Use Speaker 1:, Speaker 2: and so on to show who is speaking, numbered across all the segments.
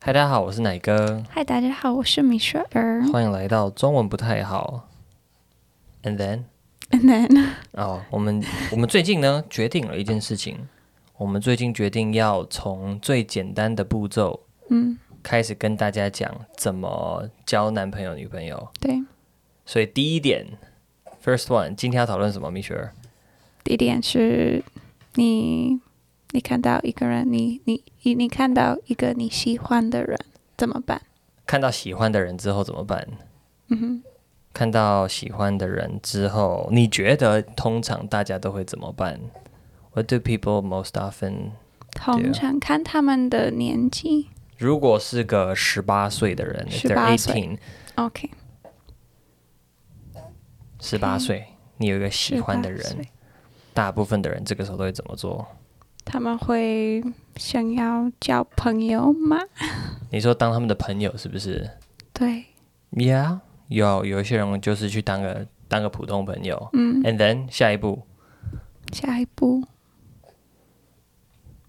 Speaker 1: 嗨，大家好，我是奶哥，
Speaker 2: 嗨，大家好，我是米雪儿。
Speaker 1: 欢迎来到中文不太好。And then，
Speaker 2: And then，
Speaker 1: 哦，我们我们最近呢 决定了一件事情，我们最近决定要从最简单的步骤
Speaker 2: 嗯，
Speaker 1: 开始跟大家讲怎么交男朋友、女朋友。
Speaker 2: 对，
Speaker 1: 所以第一点，first one，今天要讨论什么？米雪儿，
Speaker 2: 第一点是你，你看到一个人，你你你你看到一个你喜欢的人怎么办？
Speaker 1: 看到喜欢的人之后怎么办？
Speaker 2: 嗯哼，
Speaker 1: 看到喜欢的人之后，你觉得通常大家都会怎么办？What do people most often？
Speaker 2: 通常看他们的年纪。
Speaker 1: 如果是个十八岁的人，
Speaker 2: 18岁，OK，
Speaker 1: 十八岁，你有一个喜欢的
Speaker 2: 18
Speaker 1: 人
Speaker 2: 岁，，
Speaker 1: 大部分的人这个时候都会怎么做？
Speaker 2: 他们会想要交朋友吗？
Speaker 1: 你说当他们的朋友是不是
Speaker 2: 对，
Speaker 1: ？Yeah，有有一些人就是去当个当个普通朋友、
Speaker 2: 嗯，
Speaker 1: a n d then 下一步
Speaker 2: 下一步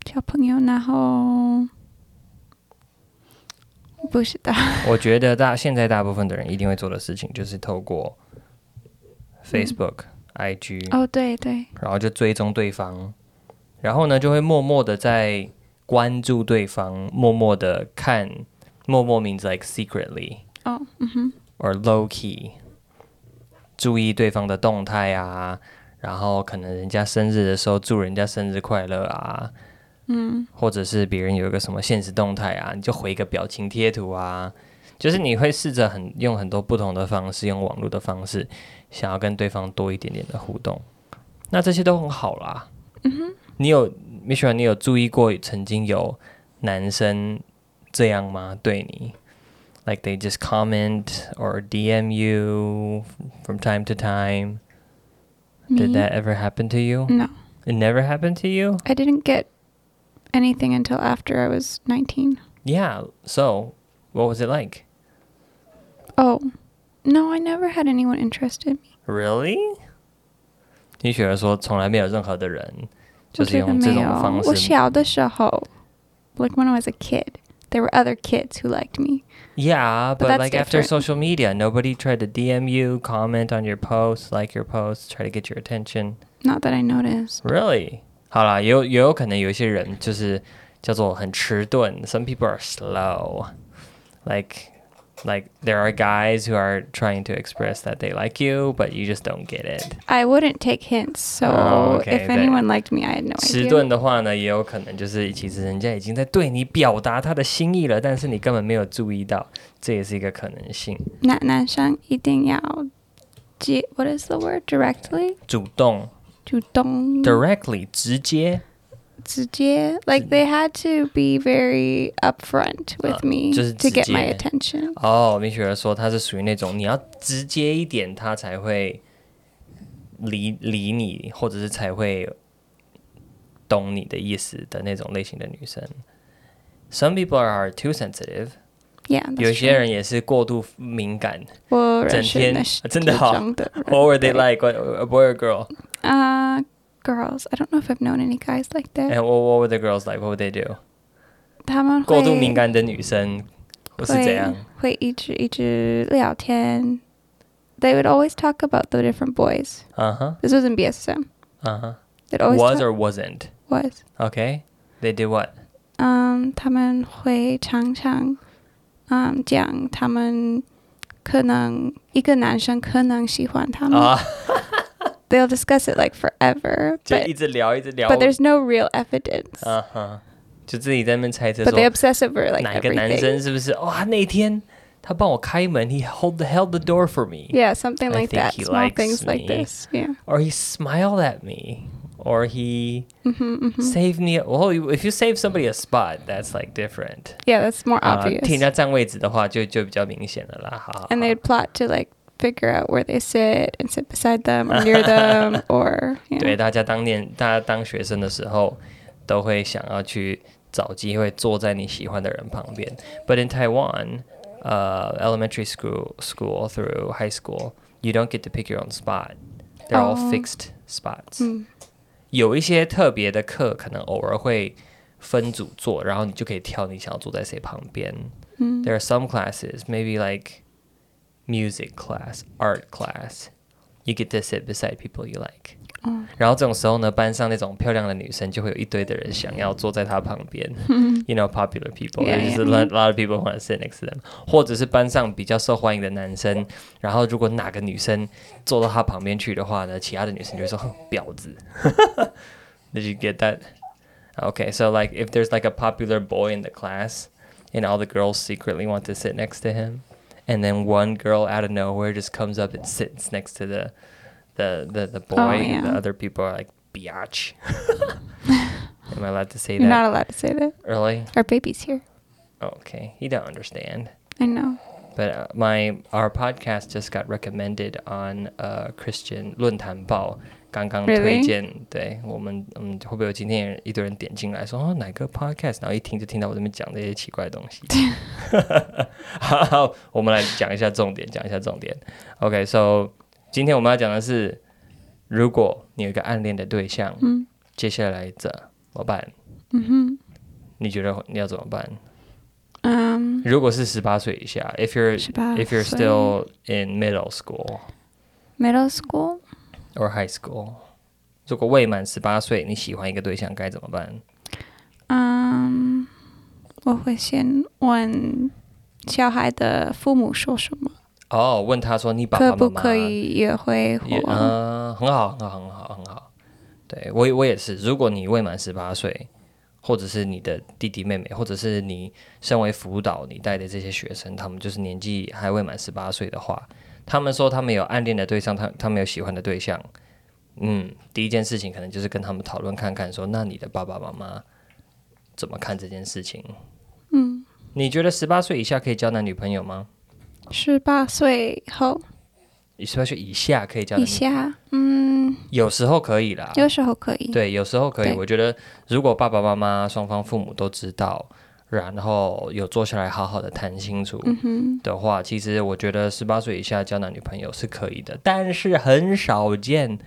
Speaker 2: 交朋友，然后不知道。
Speaker 1: 我觉得大现在大部分的人一定会做的事情，就是透过
Speaker 2: 嗯
Speaker 1: Facebook、IG，、
Speaker 2: 哦，对对，
Speaker 1: 然后就追踪对方，然后呢就会默默的在关注对方，默默的看，默默 means like secretly
Speaker 2: 哦，嗯哼，
Speaker 1: or low key，注意对方的动态啊，然后可能人家生日的时候祝人家生日快乐啊，
Speaker 2: 嗯，
Speaker 1: 或者是别人有一个什么现实动态啊，你就回一个表情贴图啊，就是你会试着很用很多不同的方式，用网络的方式，想要跟对方多一点点的互动。那这些都很好啦。
Speaker 2: 嗯
Speaker 1: 你有 Michelle，你有注意过曾经有男生这样吗？对你，like they just comment or DM you from time to time. Did
Speaker 2: Me?
Speaker 1: that ever happen to you?
Speaker 2: No,
Speaker 1: It never happened to you.
Speaker 2: I didn't get anything until after I was 19.
Speaker 1: Yeah. So, what was it like?
Speaker 2: Oh, no, I never had anyone interested in me.
Speaker 1: Really？你雪儿说，从来没有任何的人就
Speaker 2: 我
Speaker 1: 是
Speaker 2: 觉得
Speaker 1: 用这
Speaker 2: 没
Speaker 1: 种
Speaker 2: 有。
Speaker 1: 方
Speaker 2: 我
Speaker 1: 式。
Speaker 2: 小的时候，like when I was a kid, there were other kids who liked me.
Speaker 1: Yeah,
Speaker 2: But
Speaker 1: but,
Speaker 2: that's
Speaker 1: like after
Speaker 2: different.
Speaker 1: social media, nobody tried to DM you, comment on your posts, like your posts, try to get your attention.
Speaker 2: Not that I noticed.
Speaker 1: Really？好啦，也有也有可能有一些人就是叫做很迟钝，some people are slow. Like like there are guys who are trying to express that they like you, but you just don't get it.
Speaker 2: I wouldn't take hints, so
Speaker 1: Oh, okay,
Speaker 2: if
Speaker 1: then.
Speaker 2: anyone liked me, I had no
Speaker 1: 迟
Speaker 2: idea.
Speaker 1: 钝的话呢，也有可能就是其实人家已经在对你表达他的心意了，但是你根本没有注意到，这也是一个可能性。
Speaker 2: 男男生一定要接，what is the word directly？
Speaker 1: 主动
Speaker 2: 主动
Speaker 1: directly 直接，
Speaker 2: 直接，like they had to be very upfront with
Speaker 1: 呃
Speaker 2: me
Speaker 1: 就是
Speaker 2: to get
Speaker 1: 直接
Speaker 2: my attention。
Speaker 1: 哦，米雪儿说她是属于那种你要直接一点，她才会理理你，或者是才会懂你的意思的那种类型的女生。Some people are too sensitive，
Speaker 2: Yeah，
Speaker 1: 有
Speaker 2: that's
Speaker 1: 些
Speaker 2: true
Speaker 1: 人也是过度敏感。
Speaker 2: 我认
Speaker 1: 整
Speaker 2: 识
Speaker 1: 天
Speaker 2: 那是
Speaker 1: 真的好
Speaker 2: 这种的人
Speaker 1: What were they
Speaker 2: 对
Speaker 1: like? What, a boy or girl?
Speaker 2: 啊，girls. Uh, I don't know if I've known any guys like that.
Speaker 1: And what, what were the girls like? What would they do?
Speaker 2: 他们
Speaker 1: 过度敏
Speaker 2: 会
Speaker 1: 感的女生我是怎样
Speaker 2: 会会一直一直聊天。They would always talk about the different boys.
Speaker 1: 嗯哼，
Speaker 2: This was in BSM.
Speaker 1: 嗯哼
Speaker 2: It always
Speaker 1: ，was
Speaker 2: talk-
Speaker 1: or wasn't?
Speaker 2: was.
Speaker 1: Okay, they did what?
Speaker 2: 嗯，Um, 他们会常常嗯讲他们可能一个男生可能喜欢他们。
Speaker 1: 啊，
Speaker 2: They'll discuss it like forever,
Speaker 1: 就
Speaker 2: but
Speaker 1: 一直聊，一直聊。
Speaker 2: but there's no real evidence.
Speaker 1: 嗯哼，Uh-huh. 就自己在那边猜测
Speaker 2: but they
Speaker 1: 说
Speaker 2: obsess over like
Speaker 1: 哪一个男
Speaker 2: everything.
Speaker 1: 生是不是？哇，那天他帮我开门，he hold the held the door for me,
Speaker 2: Yeah, something
Speaker 1: I
Speaker 2: like
Speaker 1: think
Speaker 2: that.
Speaker 1: he
Speaker 2: Small
Speaker 1: likes
Speaker 2: things
Speaker 1: me.
Speaker 2: like this. Yeah.
Speaker 1: or he smiled at me, or he
Speaker 2: hmm hmm
Speaker 1: saved me. Well, if you save somebody a spot, that's like different.
Speaker 2: Yeah, that's more
Speaker 1: 啊，
Speaker 2: obvious.
Speaker 1: 替人家占位置的话，就就比较明显了啦。好好
Speaker 2: and
Speaker 1: 好
Speaker 2: they'd plot to like figure out where they sit and sit beside them or near them or you
Speaker 1: 对，
Speaker 2: know.
Speaker 1: 大家当年大家当学生的时候，都会想要去找机会坐在你喜欢的人旁边。But in Taiwan, uh, elementary school school through high school, you don't get to pick your own spot. They're all
Speaker 2: 哦 Hmm.
Speaker 1: fixed spots.
Speaker 2: 嗯
Speaker 1: 有一些特别的课，可能偶尔会分组做，然后你就可以挑你想要坐在谁旁边。
Speaker 2: 嗯
Speaker 1: There are some classes, maybe like music class, art class. You get to sit beside people you like.
Speaker 2: 哦
Speaker 1: 然后这种时候呢，班上那种漂亮的女生就会有一堆的人想要坐在她旁边。you know, popular people.
Speaker 2: Yeah,
Speaker 1: There's
Speaker 2: yeah.
Speaker 1: a lot, lot of people who want to sit next to them. 或者是班上比较受欢迎的男生，然后如果哪个女生坐到他旁边去的话呢，其他的女生就会说哼婊子。Did you get that? Okay, so like if there's like a popular boy in the class, and all the girls secretly want to sit next to him, and then one girl out of nowhere just comes up and sits next to the the the, the boy, and the
Speaker 2: Oh, yeah.
Speaker 1: other people are like biatch. Am I allowed to say
Speaker 2: You're not
Speaker 1: that?
Speaker 2: allowed to say that.
Speaker 1: Really?
Speaker 2: Our baby's here.
Speaker 1: Okay, he don't understand.
Speaker 2: I know.
Speaker 1: But uh, my our podcast just got recommended on uh Christian 论坛报刚刚
Speaker 2: Really?
Speaker 1: 推荐对我们我们会不会有今天有一堆人点进来说哦哪个 podcast，然后一听就听到我这边讲这些奇怪的东 西。好，我们来讲一下重点，讲一下重点。OK，so、今天我们要讲的是，如果你有一个暗恋的对象，
Speaker 2: 嗯
Speaker 1: 接下来怎么办？
Speaker 2: 嗯
Speaker 1: 你觉得你要怎么办？
Speaker 2: 哼，嗯，
Speaker 1: 如果是十八岁以下，if you're
Speaker 2: 18
Speaker 1: if you're
Speaker 2: 岁
Speaker 1: still in middle school
Speaker 2: middle school，
Speaker 1: or high school，如果未满十八岁，你喜欢一个对象该怎么办？
Speaker 2: 嗯，我会先问小孩的父母说什么，
Speaker 1: 哦、问他说你爸
Speaker 2: 可
Speaker 1: 爸妈
Speaker 2: 不
Speaker 1: 妈
Speaker 2: 可以约会或
Speaker 1: 也嗯、很好，很好，很好，很好。对我也我也是，如果你未满十八岁，或者是你的弟弟妹妹，或者是你身为辅导你带的这些学生，他们就是年纪还未满十八岁的话，他们说他们有暗恋的对象，他他们有喜欢的对象，嗯，第一件事情可能就是跟他们讨论看看说那你的爸爸妈妈怎么看这件事情？
Speaker 2: 嗯，
Speaker 1: 你觉得十八岁以下可以交男女朋友吗？
Speaker 2: 十八岁后
Speaker 1: 十八岁以下可以交男
Speaker 2: 以
Speaker 1: 女，
Speaker 2: 下，嗯，
Speaker 1: 有时候可以啦，
Speaker 2: 有时候可以，
Speaker 1: 对，有时候可以。
Speaker 2: 对
Speaker 1: 我觉得如果爸爸妈妈双方父母都知道，然后有坐下来好好的谈清楚
Speaker 2: 嗯哼，
Speaker 1: 的话，其实我觉得十八岁以下交男女朋友是可以的，但是很少见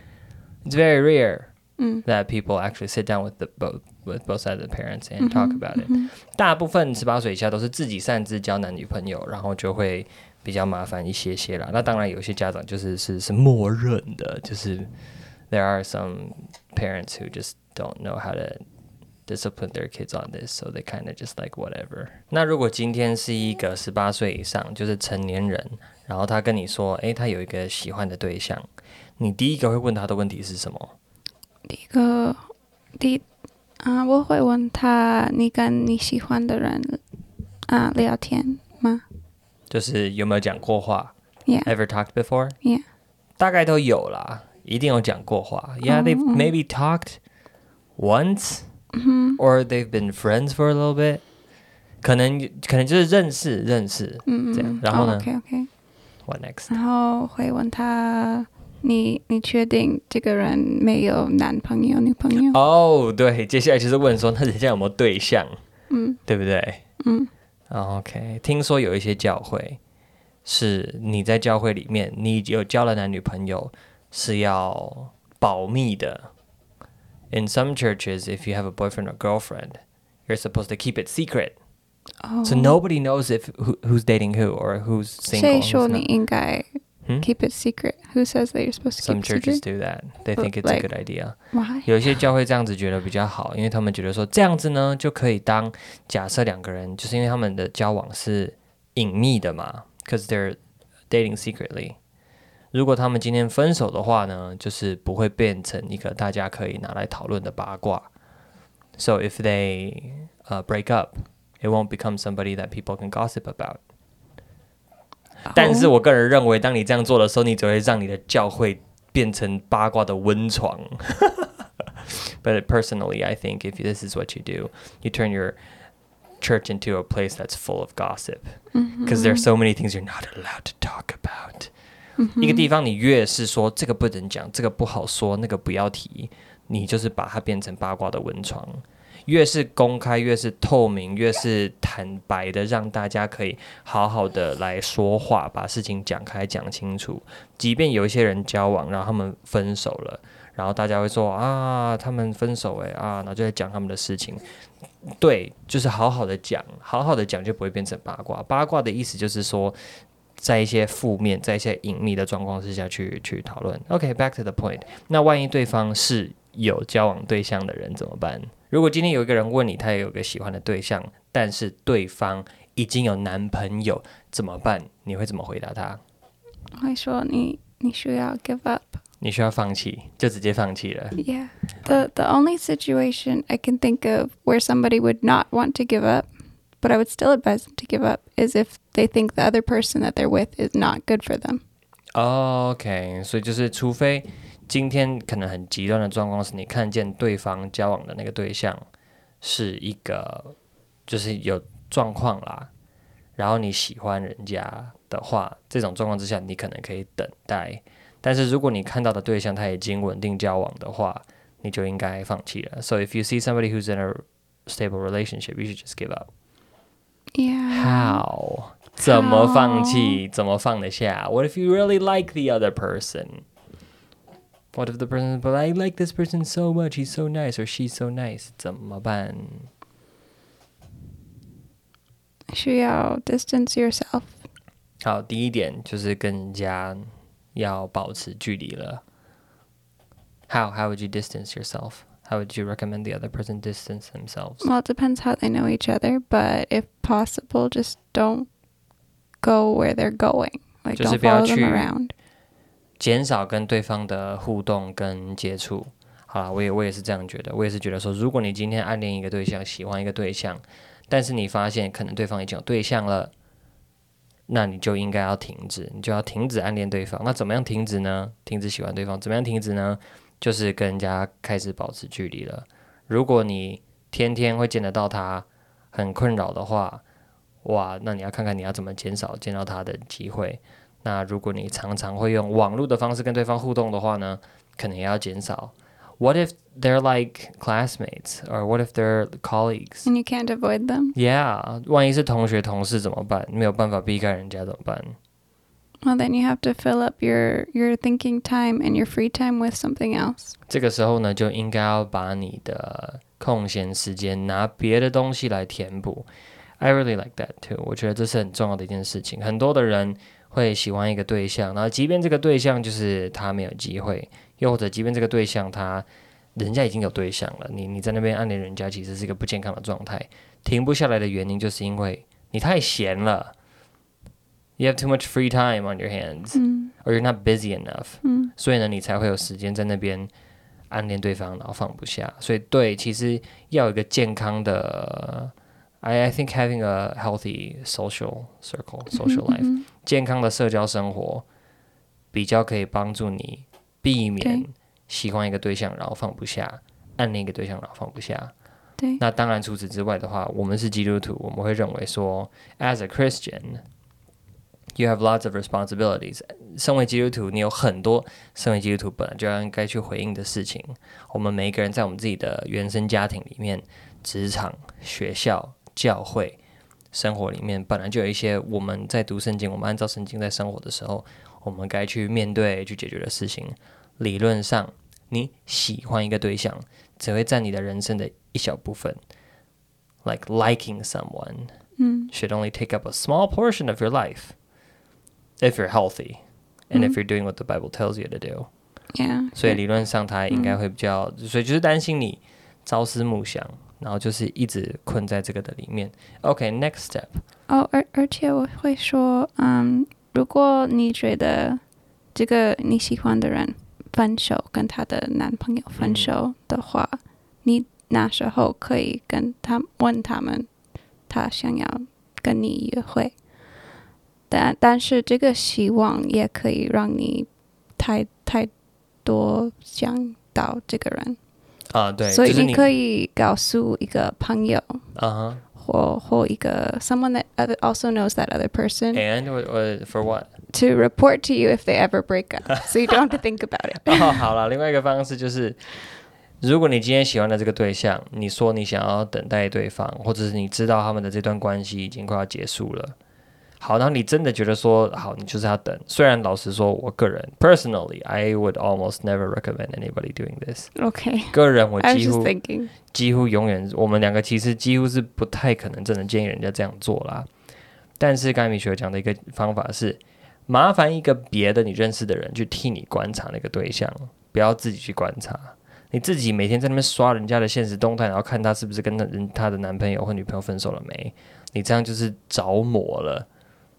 Speaker 1: ，it's very rare
Speaker 2: 嗯
Speaker 1: that people actually sit down with the both with both sides of the parents and talk about it、
Speaker 2: 嗯
Speaker 1: 大部分十八岁以下都是自己擅自交男女朋友，然后就会比较麻烦一些些啦。那当然，有些家长就是是是默认的，就是 there are some parents who just don't know how to discipline their kids on this, so they kind of just like whatever. 那如果今天是一个十八岁以上，就是成年人，然后他跟你说，诶，他有一个喜欢的对象，你第一个会问他的问题是什么？
Speaker 2: 第一个第一啊，我会问他，你跟你喜欢的人啊聊天吗
Speaker 1: 就是有没有讲过话
Speaker 2: ？Yeah，
Speaker 1: ？Ever talked before?
Speaker 2: Yeah.
Speaker 1: 大概都有啦，一定有讲过话。Yeah, they've maybe talked once, or they've been friends for a little bit. 可能可能就是认识认识，
Speaker 2: 嗯
Speaker 1: 这样
Speaker 2: 嗯，
Speaker 1: 然后呢
Speaker 2: o k OK，
Speaker 1: What next？
Speaker 2: 然后会问他，你你确定这个人没有男朋友女朋友？
Speaker 1: 哦，对，接下来就是问说，那人家有没有对象，
Speaker 2: 嗯
Speaker 1: 对不对
Speaker 2: 嗯
Speaker 1: ？OK，听说有一些教会是你在教会里面，你有交了男女朋友是要保密的。In some churches, if you have a boyfriend or girlfriend, you're supposed to keep it secret.
Speaker 2: 哦
Speaker 1: So nobody knows if who, who's dating who or who's single.
Speaker 2: 谁
Speaker 1: who's
Speaker 2: 说你
Speaker 1: not.
Speaker 2: 应该
Speaker 1: Hmm?
Speaker 2: keep it secret? Who says that you're supposed to
Speaker 1: Some
Speaker 2: keep it
Speaker 1: churches
Speaker 2: secret?
Speaker 1: do that. They
Speaker 2: Uh,
Speaker 1: think it's a
Speaker 2: like-
Speaker 1: good idea.
Speaker 2: Why?
Speaker 1: 有一些教会这样子觉得比较好，因为他们觉得说这样子呢就可以当假设两个人，就是因为他们的交往是隐秘的嘛，because they're dating secretly。如果他们今天分手的话呢，就是不会变成一个大家可以拿来讨论的八卦。So if they uh, break up, it won't become somebody that people can gossip about. 但是我个人认为，当你这样做的时候，你只会让你的教会变成八卦的温床。But personally, I think if this is what you do, you turn your church into a place that's full of gossip because there are so many things you're not allowed to talk about. 一个地方你越是说这个不能讲，这个不好说，那个不要提，你就是把它变成八卦的温床。越是公开，越是透明，越是坦白的，让大家可以好好的来说话，把事情讲开、讲清楚。即便有一些人交往，然后他们分手了，然后大家会说啊，他们分手诶、啊，然后就在讲他们的事情。对，就是好好的讲，好好的讲就不会变成八卦。八卦的意思就是说，在一些负面、在一些隐秘的状况之下去去讨论。OK，back、to the point。那万一对方是有交往对象的人怎么办？如果今天有一个人问你，他也有个喜欢的对象，但是对方已经有男朋友，怎么办？你会怎么回答他？
Speaker 2: 会说你你需要 give up.
Speaker 1: 你需要放弃，就直接放弃了。
Speaker 2: Yeah. The the only situation I can think of where somebody would not want to give up, but I would still advise them to give up is if they think the other person that they're with is not good for them.
Speaker 1: OK，所以就是，除非今天可能很极端的状况是你看见对方交往的那个对象是一个就是有状况啦，然后你喜欢人家的话，这种状况之下你可能可以等待。但是如果你看到的对象他已经稳定交往的话，你就应该放弃了。So if you see somebody who's in a stable relationship, you should just give up.
Speaker 2: Yeah.
Speaker 1: How？怎么放弃？怎么放得下？What if you really like the other person? What if the person, but I like this person so much, he's so nice or she's so nice，怎么办？
Speaker 2: 需要 distance yourself.
Speaker 1: 好，第一点就是跟人家要保持距离了。How how would you distance yourself? How would you recommend the other person distance themselves?
Speaker 2: Well, it depends how they know each other, but if possible, just don't go where they're going. Like,
Speaker 1: Just
Speaker 2: don't
Speaker 1: if you are
Speaker 2: follow them
Speaker 1: true.
Speaker 2: around.
Speaker 1: 减少跟对方的互动跟接触。好啦，我也我也是这样觉得，我也是觉得说，如果你今天暗恋一个对象，喜欢一个对象，但是你发现可能对方已经有对象了，那你就应该要停止，你就要停止暗恋对方。那怎么样停止呢？停止喜欢对方，怎么样停止呢？就是跟人家开始保持距离了。如果你天天会见得到他，很困扰的话，哇，那你要看看你要怎么减少见到他的机会。那如果你常常会用网络的方式跟对方互动的话呢，可能也要减少。What if they're like classmates or what if they're colleagues?
Speaker 2: And you can't avoid them.
Speaker 1: Yeah，万一是同学同事怎么办？没有办法避开人家怎么办？
Speaker 2: Well, then you have to fill up your, your thinking time and your free time with something else.
Speaker 1: 这个时候呢，就应该要把你的空闲时间拿别的东西来填补。I really like that too。我觉得这是很重要的一件事情。很多的人会喜欢一个对象，然后即便这个对象就是他没有机会，又或者即便这个对象他人家已经有对象了，你你在那边暗恋人家，其实是一个不健康的状态。停不下来的原因就是因为你太闲了。You have too much free time on your hands,
Speaker 2: Mm.
Speaker 1: or you're not busy enough.
Speaker 2: Mm.
Speaker 1: 所以呢，你才会有时间在那边暗恋对方，然后放不下。所以对，其实要有一个健康的，I I think having a healthy social circle, social life，、
Speaker 2: Mhm.
Speaker 1: 健康的社交生活，比较可以帮助你避免
Speaker 2: 对
Speaker 1: 喜欢一个对象，然后放不下。暗恋一个对象，然后放不下。
Speaker 2: 对
Speaker 1: 那当然，除此之外的话，我们是基督徒，我们会认为说，as a Christian。You have lots of responsibilities。身为基督徒，你有很多身为基督徒本来就应该去回应的事情。我们每一个人在我们自己的原生家庭里面、职场、学校、教会、生活里面，本来就有一些我们在读圣经，我们按照圣经在生活的时候，我们该去面对、去解决的事情。理论上，你喜欢一个对象，只会占你的人生的一小部分。Like liking someone
Speaker 2: Mm.
Speaker 1: should only take up a small portion of your life if you're healthy and if
Speaker 2: Mhm.
Speaker 1: you're doing what the Bible tells you to do.
Speaker 2: Yeah. Mm。
Speaker 1: 所以理论上他应该会比较，所以就是担心你朝思暮想，然后就是一直困在这个的里面。OK，next、step，
Speaker 2: 哦，而而且我会说，嗯，如果你觉得这个你喜欢的人分手，跟她的男朋友
Speaker 1: 嗯
Speaker 2: 分手的话，你那时候可以跟他问他们，他想要跟你约会，但但是这个希望也可以让你太太多想到这个人，
Speaker 1: 啊、对，
Speaker 2: 所以
Speaker 1: 就是
Speaker 2: 你可
Speaker 1: 以，
Speaker 2: 以告诉一个朋友。
Speaker 1: 嗯哼、
Speaker 2: 或或一个 someone that other, also knows that other person
Speaker 1: a n d what, what, for what？
Speaker 2: to report to you if they ever break up, so you don't have to think about it.
Speaker 1: 哦，好了，另外一个方式就是，如果你今天喜欢的这个对象，你说你想要等待对方，或者是你知道他们的这段关系已经快要结束了，好，然后你真的觉得说好，你就是要等。虽然老实说，我个人 personally I would almost never recommend anybody doing this。
Speaker 2: Okay.
Speaker 1: 个人我
Speaker 2: I was
Speaker 1: 几
Speaker 2: just
Speaker 1: 乎
Speaker 2: thinking.
Speaker 1: 几乎永远，我们两个其实几乎是不太可能真的建议人家这样做啦。但是刚才米雪讲的一个方法是，麻烦一个别的你认识的人去替你观察那个对象，不要自己去观察。你自己每天在那边刷人家的现实动态，然后看他是不是跟他人他的男朋友或女朋友分手了没？你这样就是着魔了。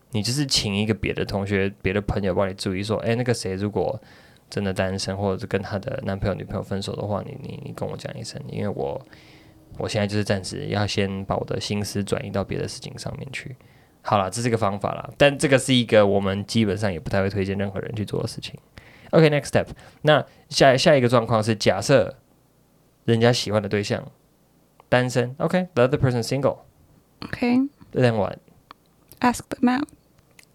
Speaker 1: 你就是请一个别的同学、别的朋友帮你注意说，哎，那个谁如果真的单身，或者是跟她的男朋友、女朋友分手的话，你你你跟我讲一声，因为我我现在就是暂时要先把我的心思转移到别的事情上面去。好啦，这是一个方法啦，但这个是一个我们基本上也不太会推荐任何人去做的事情。OK，next、step。那下下一个状况是，假设人家喜欢的对象单身，OK，the、other person single，then
Speaker 2: Okay.
Speaker 1: what？
Speaker 2: Ask them out.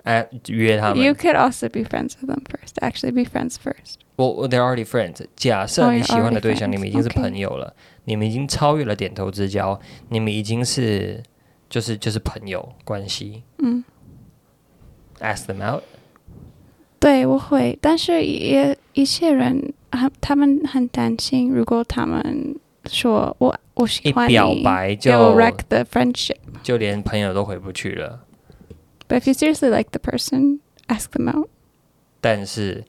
Speaker 1: 哎、约他
Speaker 2: You
Speaker 1: 们。
Speaker 2: could also be friends with them first. Actually, be friends first.
Speaker 1: 我我 they're already friends。假
Speaker 2: Oh,
Speaker 1: 设
Speaker 2: you're
Speaker 1: 你喜欢的
Speaker 2: already
Speaker 1: 对象，
Speaker 2: friends.
Speaker 1: 你们已经是
Speaker 2: Okay.
Speaker 1: 朋友了你们已经超越了点头之交，你们已经是就是就是朋友关系。
Speaker 2: 嗯。
Speaker 1: Ask them out。
Speaker 2: 对，我会，但是也一些人，他他们很担心，如果他们说我我喜
Speaker 1: 一
Speaker 2: 欢你，
Speaker 1: 表白就
Speaker 2: it will wreck the friendship.
Speaker 1: 就连朋友都回不去了。
Speaker 2: But if you seriously like the person, ask them out.
Speaker 1: 但是，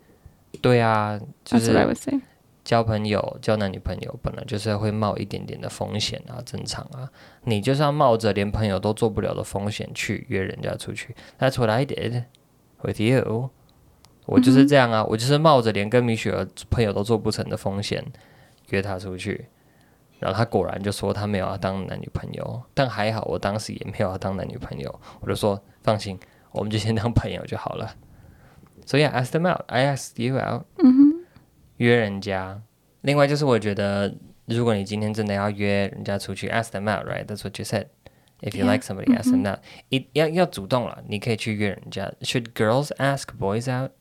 Speaker 1: 对啊，就
Speaker 2: That's what I
Speaker 1: 是
Speaker 2: would say.
Speaker 1: 交朋友、交男女朋友，本来就是会冒一点点的风险啊，正常啊。你就是要冒着连朋友都做不了的风险去约人家出去。That's what I did with you。我就是这样啊，我就是冒着连跟米雪儿朋友都做不成的风险约她出去，然后她果然就说她没有要当男女朋友，但还好我当时也没有要当男女朋友，我就说放心，我们就先当朋友就好了。So yeah, ask them out. I asked you out.
Speaker 2: 嗯
Speaker 1: 约人家。另外就是我觉得，如果你今天真的要约人家出去，ask them out, right? That's what you said. If you
Speaker 2: Yeah. mm-hmm。
Speaker 1: like somebody, ask them out. 一要要主动了，你可以去约人家。Should girls ask boys out?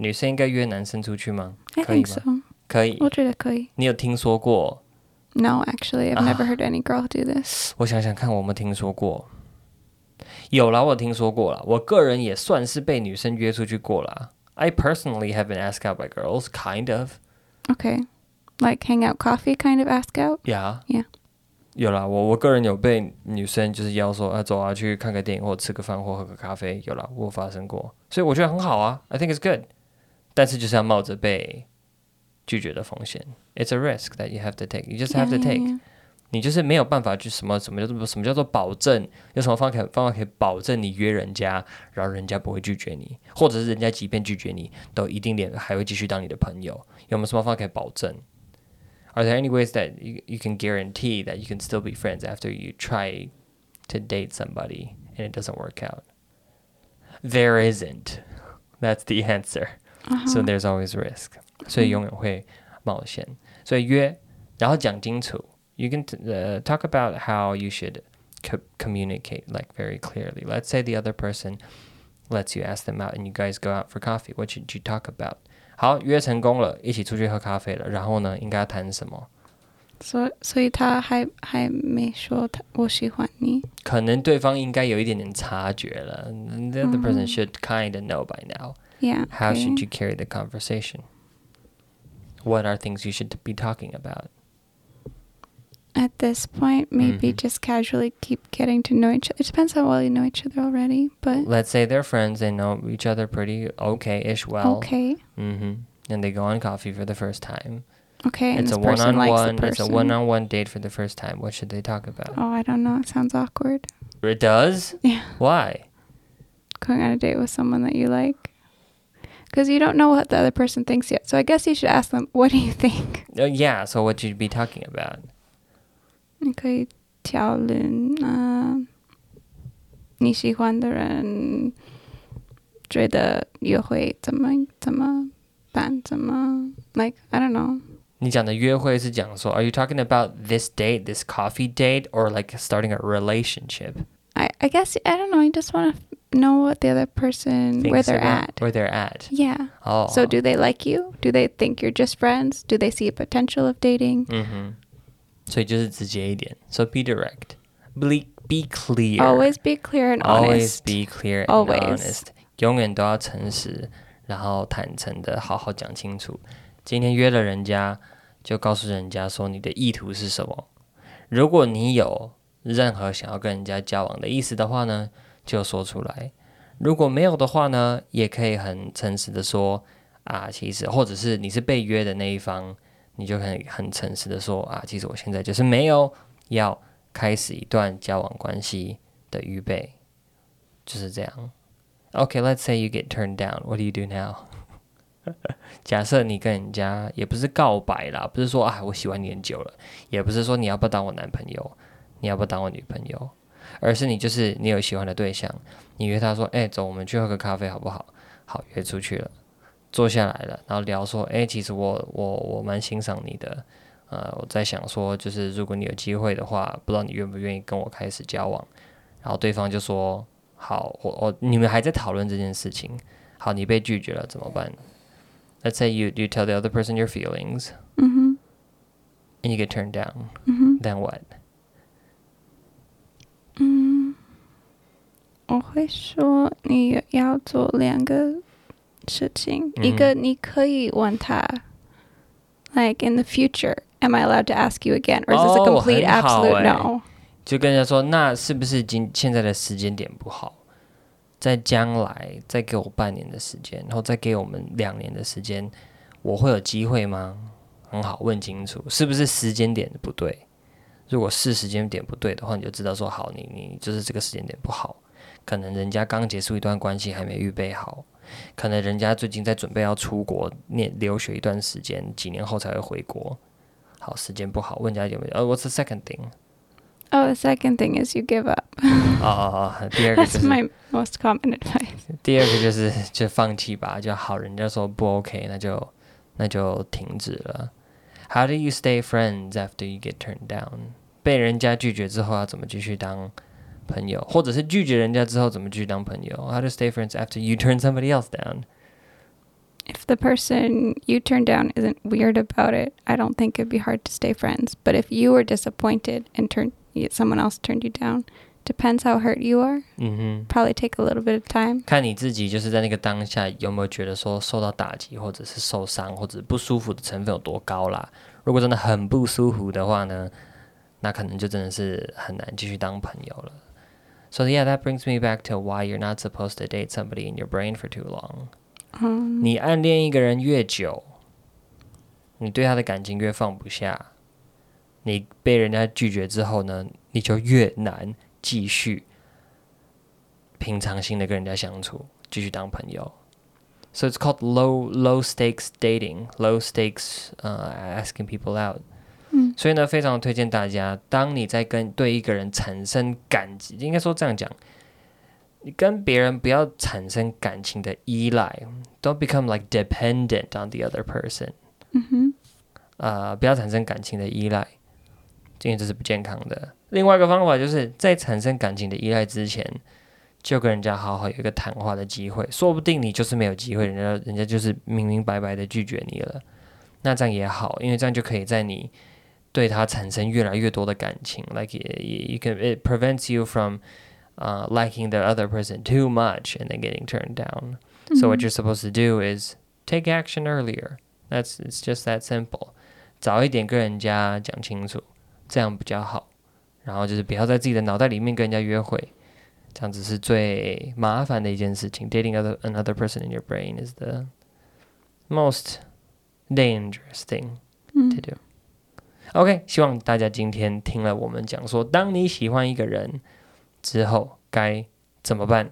Speaker 1: 女生应该约男生出去吗？
Speaker 2: 哼，I
Speaker 1: 可以
Speaker 2: think
Speaker 1: 吗？
Speaker 2: so.
Speaker 1: 可以。
Speaker 2: 我觉得可以。
Speaker 1: 你有听说过？
Speaker 2: No, actually, I've never heard any girl do this.
Speaker 1: 我想想看，我有没有听说过？有啦，我有听说过啦。我个人也算是被女生约出去过啦。I personally have been asked out by girls, kind of.
Speaker 2: Okay, like hang out, coffee, kind of ask out.
Speaker 1: Yeah.
Speaker 2: Yeah.
Speaker 1: 有啦，我我个人有被女生就是邀说啊，走啊，去看个电影或吃个饭或喝个咖啡，有啦，我有发生过，所以我觉得很好啊，I think it's good，但是就是要冒着被拒绝的风险，It's a risk that you have to take, you just have to
Speaker 2: Yeah, yeah,
Speaker 1: take，、
Speaker 2: yeah.
Speaker 1: 你就是没有办法去什么什么叫做什么叫做保证，有什么方法方法可以保证你约人家，然后人家不会拒绝你，或者是人家即便拒绝你，都一定连还会继续当你的朋友，有没有什么方法可以保证？Are there any ways that you you can guarantee that you can still be friends after you try to date somebody and it doesn't work out? There isn't. That's the answer. So there's always risk. 所以永远会冒险。所以约，然后讲清楚。You can t- uh, talk about how you should co- communicate like very clearly. Let's say the other person lets you ask them out and you guys go out for coffee. What should you talk about? 好，约成功了，一起出去喝咖啡了。然后呢，应该要谈什么？
Speaker 2: 所所以他还还没说他我喜欢你。
Speaker 1: 可能对方应该有一点点察觉了。The other person should kind of know by now.
Speaker 2: Yeah.
Speaker 1: How
Speaker 2: okay.
Speaker 1: should you carry the conversation? What are things you should be talking about?
Speaker 2: At this point, maybe
Speaker 1: Mhm.
Speaker 2: just casually keep getting to know each other. It depends how well you know each other already, but
Speaker 1: let's say they're friends, they know each other pretty okay ish well.
Speaker 2: okay.
Speaker 1: hmm And they go on coffee for the first time.
Speaker 2: Okay, and
Speaker 1: it's
Speaker 2: this
Speaker 1: a one
Speaker 2: person
Speaker 1: on
Speaker 2: likes the
Speaker 1: one. It's
Speaker 2: person.
Speaker 1: a one on one date for the first time. What should they talk about?
Speaker 2: Oh, I don't know. It sounds awkward.
Speaker 1: It does?
Speaker 2: Yeah,
Speaker 1: Why?
Speaker 2: going on a date with someone that you like. Because you don't know what the other person thinks yet. So I guess you should ask them, what do you think?
Speaker 1: Uh, yeah, so what you'd be talking about?
Speaker 2: e 你可以讨论啊、呃，你喜欢的人觉得约会怎么怎么办，怎么 like I don't know.
Speaker 1: 你讲的约会是讲说, are you talking about this date, this coffee date, or like starting a relationship?
Speaker 2: I I guess I don't know. You just want to know what the other person where
Speaker 1: Things
Speaker 2: they're
Speaker 1: about-
Speaker 2: at.
Speaker 1: Where they're at.
Speaker 2: Yeah.
Speaker 1: Oh.
Speaker 2: So do they like you? Do they think you're just friends? Do they see a potential of dating?
Speaker 1: Mm-hmm. So just So be direct. be be clear.
Speaker 2: Always be clear and
Speaker 1: Always
Speaker 2: honest.
Speaker 1: be clear and
Speaker 2: Always.
Speaker 1: honest，永远都要诚实，然后坦诚的好好讲清楚。今天约了人家，就告诉人家说你的意图是什么。如果你有任何想要跟人家交往的意思的话呢，就说出来；如果没有的话呢，也可以很诚实的说啊，其实或者是你是被约的那一方，你就可以很诚实的说啊，其实我现在就是没有要开始一段交往关系的预备。就是这样。Okay, let's say you get turned down. What do you do now? 假设你跟人家也不是告白啦，不是说啊我喜欢你很久了，也不是说你要不要当我男朋友，你要不要当我女朋友，而是你就是你有喜欢的对象，你约他说，哎、走，我们去喝个咖啡好不好？好，约出去了，坐下来了，然后聊说，哎、其实我我我蛮欣赏你的，呃，我在想说，就是如果你有机会的话，不知道你愿不愿意跟我开始交往，然后对方就说，好，我我你们还在讨论这件事情。好，你被拒绝了怎么办？Let's say you you tell the other person your feelings
Speaker 2: 嗯哼，
Speaker 1: and you get turned down.
Speaker 2: 嗯哼，
Speaker 1: Then what?
Speaker 2: 嗯，我会说你要做两个事情，一个你可以问他，like in the future, am I allowed to ask you again, or is this a
Speaker 1: 哦
Speaker 2: complete
Speaker 1: Oh，很好
Speaker 2: absolute
Speaker 1: 欸
Speaker 2: no?
Speaker 1: 就跟人家说，那是不是今现在的时间点不好？在将来再给我半年的时间，然后再给我们两年的时间，我会有机会吗？很好，问清楚是不是时间点不对？如果是时间点不对的话，你就知道说好，你你就是这个时间点不好，可能人家刚结束一段关系还没预备好，可能人家最近在准备要出国念留学一段时间，几年后才会回国。好，时间不好，问人家有没有？呃、w h a t s the second thing？
Speaker 2: Oh, the second thing is you give up.
Speaker 1: 哦哦哦，第二 个就
Speaker 2: That's
Speaker 1: 是
Speaker 2: my most common advice.
Speaker 1: 第二个就是就放弃吧，就好。人家说不 OK，那就那就停止了。How do you stay friends after you get turned down？被人家拒绝之后要怎么继续当朋友，或者是拒绝人家之后怎么继续当朋友？How do you stay friends after you turn somebody else down？
Speaker 2: If the person you turn down isn't weird about it, I don't think it'd be hard to stay friends. But if you were disappointed and turned someone else turned you down, depends how hurt you are.
Speaker 1: 嗯哼，
Speaker 2: Probably take a little bit of time.
Speaker 1: 看你自己就是在那个当下有没有觉得说受到打击，或者是受伤，或者不舒服的成分有多高啦。如果真的很不舒服的话呢，那可能就真的是很难继续当朋友了。So yeah, that brings me back to why you're not supposed to date somebody in your brain for too long.
Speaker 2: 嗯
Speaker 1: 你暗恋一个人越久，你对他的感情越放不下，你被人家拒绝之后呢，你就越难继续平常心的跟人家相处，继续当朋友。So it's called low low stakes dating, low stakes uh, asking people out.
Speaker 2: 嗯
Speaker 1: 所以呢，非常推荐大家，当你在跟对一个人产生感，应该说这样讲，你跟别人不要产生感情的依赖，don't become like dependent on the other person，
Speaker 2: 嗯哼，
Speaker 1: 呃，不要产生感情的依赖，因为这是不健康的。另外一个方法就是在产生感情的依赖之前，就跟人家好好有一个谈话的机会，说不定你就是没有机会，人家人家就是明明白白的拒绝你了，那这样也好，因为这样就可以在你对他产生越来越多的感情，like it, you can it prevents you from uh, liking the other person too much and then getting turned down. So what you're supposed to do is take action earlier. That's it's just that simple. 早一点跟人家讲清楚，这样比较好。然后就是不要在自己的脑袋里面跟人家约会，这样子是最麻烦的一件事情。Dating other another person in your brain is the most dangerous thing.
Speaker 2: 嗯
Speaker 1: to do. OK，希望大家今天听了我们讲说，当你喜欢一个人之后该怎么办，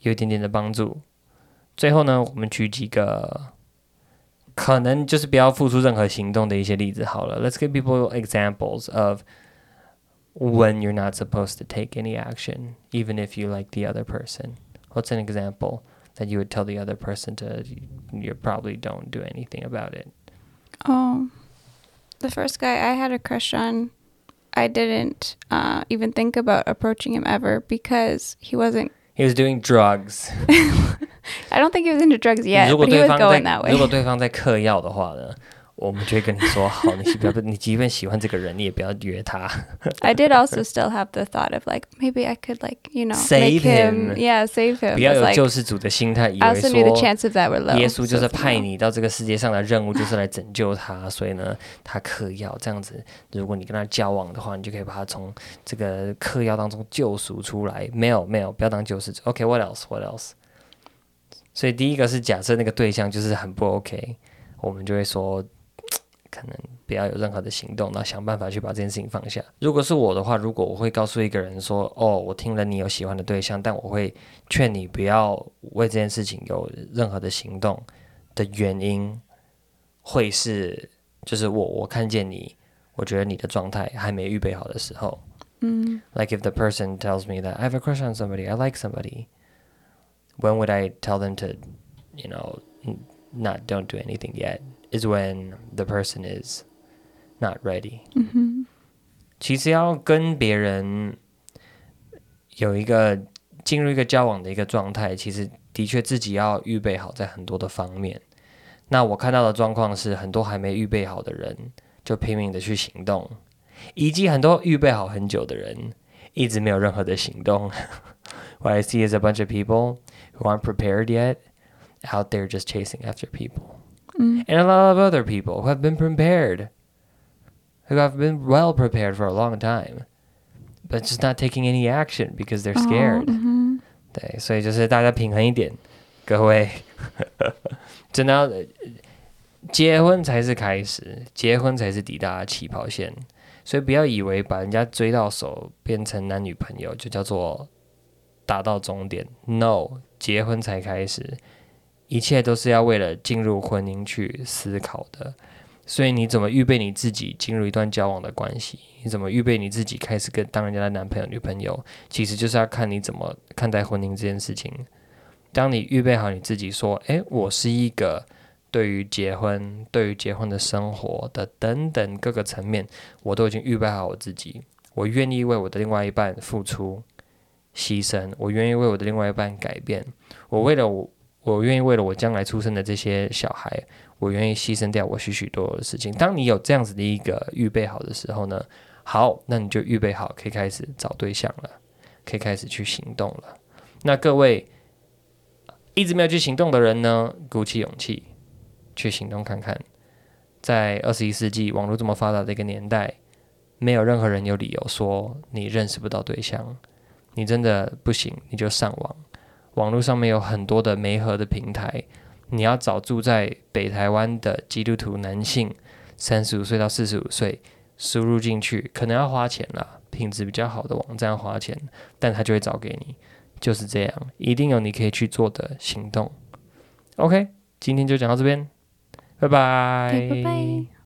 Speaker 1: 有一点点的帮助。最后呢，我们举几个可能就是不要付出任何行动的一些例子好了。Let's give people examples of when you're not supposed to take any action, even if you like the other person. What's an example that you would tell the other person to? You probably don't do anything about it.
Speaker 2: Oh, the first guy I had a crush on, I didn't uh, even think about approaching him ever because he wasn't.
Speaker 1: He was doing drugs.
Speaker 2: I don't think he was into drugs yet,
Speaker 1: 如果
Speaker 2: but he
Speaker 1: 对
Speaker 2: was
Speaker 1: 方
Speaker 2: going
Speaker 1: 在
Speaker 2: that
Speaker 1: 如
Speaker 2: way.
Speaker 1: 果对方在嗑药的话呢，我们就会跟你说好，你不要，你即便喜欢这个人，你也不要约 他。
Speaker 2: I did also still have the thought of like maybe I could like you know
Speaker 1: Save
Speaker 2: make him,
Speaker 1: him.
Speaker 2: yeah save him.
Speaker 1: 不要
Speaker 2: It's
Speaker 1: 有
Speaker 2: like,
Speaker 1: 救世主的心态，以
Speaker 2: I
Speaker 1: 为
Speaker 2: also knew
Speaker 1: 说
Speaker 2: the chances of that were low.
Speaker 1: 耶稣
Speaker 2: so
Speaker 1: 就是
Speaker 2: it's
Speaker 1: 派
Speaker 2: no.
Speaker 1: 你到这个世界上的任务就是来拯救他，所以呢，他嗑药这样子。如果你跟他交往的话，你就可以把他从这个嗑药当中救赎出来。没有，没有，不要当救世主。OK，what、else？What else？所以第一个是假设那个对象就是很不 OK，我们就会说，嘖可能不要有任何的行动，然后想办法去把这件事情放下。如果是我的话，如果我会告诉一个人说，哦，我听了你有喜欢的对象，但我会劝你不要为这件事情有任何的行动。的原因会是，就是我我看见你，我觉得你的状态还没预备好的时候。
Speaker 2: Mm.
Speaker 1: Like if the person tells me that I have a crush on somebody, I like somebody, when would I tell them to, you know, n- not don't do anything yet? Is when the person is not ready.
Speaker 2: 嗯哼，
Speaker 1: 其实要跟别人有一个进入一个交往的一个状态，其实的确自己要预备好在很多的方面。那我看到的状况是，很多还没预备好的人就拼命的去行动，以及很多预备好很久的人一直没有任何的行动。What I see is a bunch of people who aren't prepared yet out there just chasing after people.
Speaker 2: 嗯
Speaker 1: and a lot of other people who have been prepared, who have been well prepared for a long time, but just not taking any action because they're scared.
Speaker 2: Oh, 哦，嗯哼，
Speaker 1: 对，所以就是大家平衡一点，各位， 真的要呃结婚才是开始，结婚才是抵达起跑线，所以不要以为把人家追到手变成男女朋友就叫做达到终点。No，结婚才开始，一切都是要为了进入婚姻去思考的。所以你怎么预备你自己进入一段交往的关系？你怎么预备你自己开始跟当人家的男朋友、女朋友？其实就是要看你怎么看待婚姻这件事情。当你预备好你自己，说：“诶，我是一个对于结婚、对于结婚的生活的等等各个层面，我都已经预备好我自己，我愿意为我的另外一半付出、牺牲，我愿意为我的另外一半改变，我为了我，我愿意为了我将来出生的这些小孩，我愿意牺牲掉我许许多多的事情。当你有这样子的一个预备好的时候呢，好，那你就预备好，可以开始找对象了。”可以开始去行动了。那各位一直没有去行动的人呢，鼓起勇气去行动看看。在二十一世纪网络这么发达的一个年代，没有任何人有理由说你认识不到对象，你真的不行，你就上网。网络上面有很多的媒合的平台，你要找住在北台湾的基督徒男性，三十五岁到四十五岁，输入进去可能要花钱啦，品质比较好的网站要花钱，但他就会找给你，就是这样，一定有你可以去做的行动。OK，今天就讲到这边，拜拜，
Speaker 2: 对，拜拜。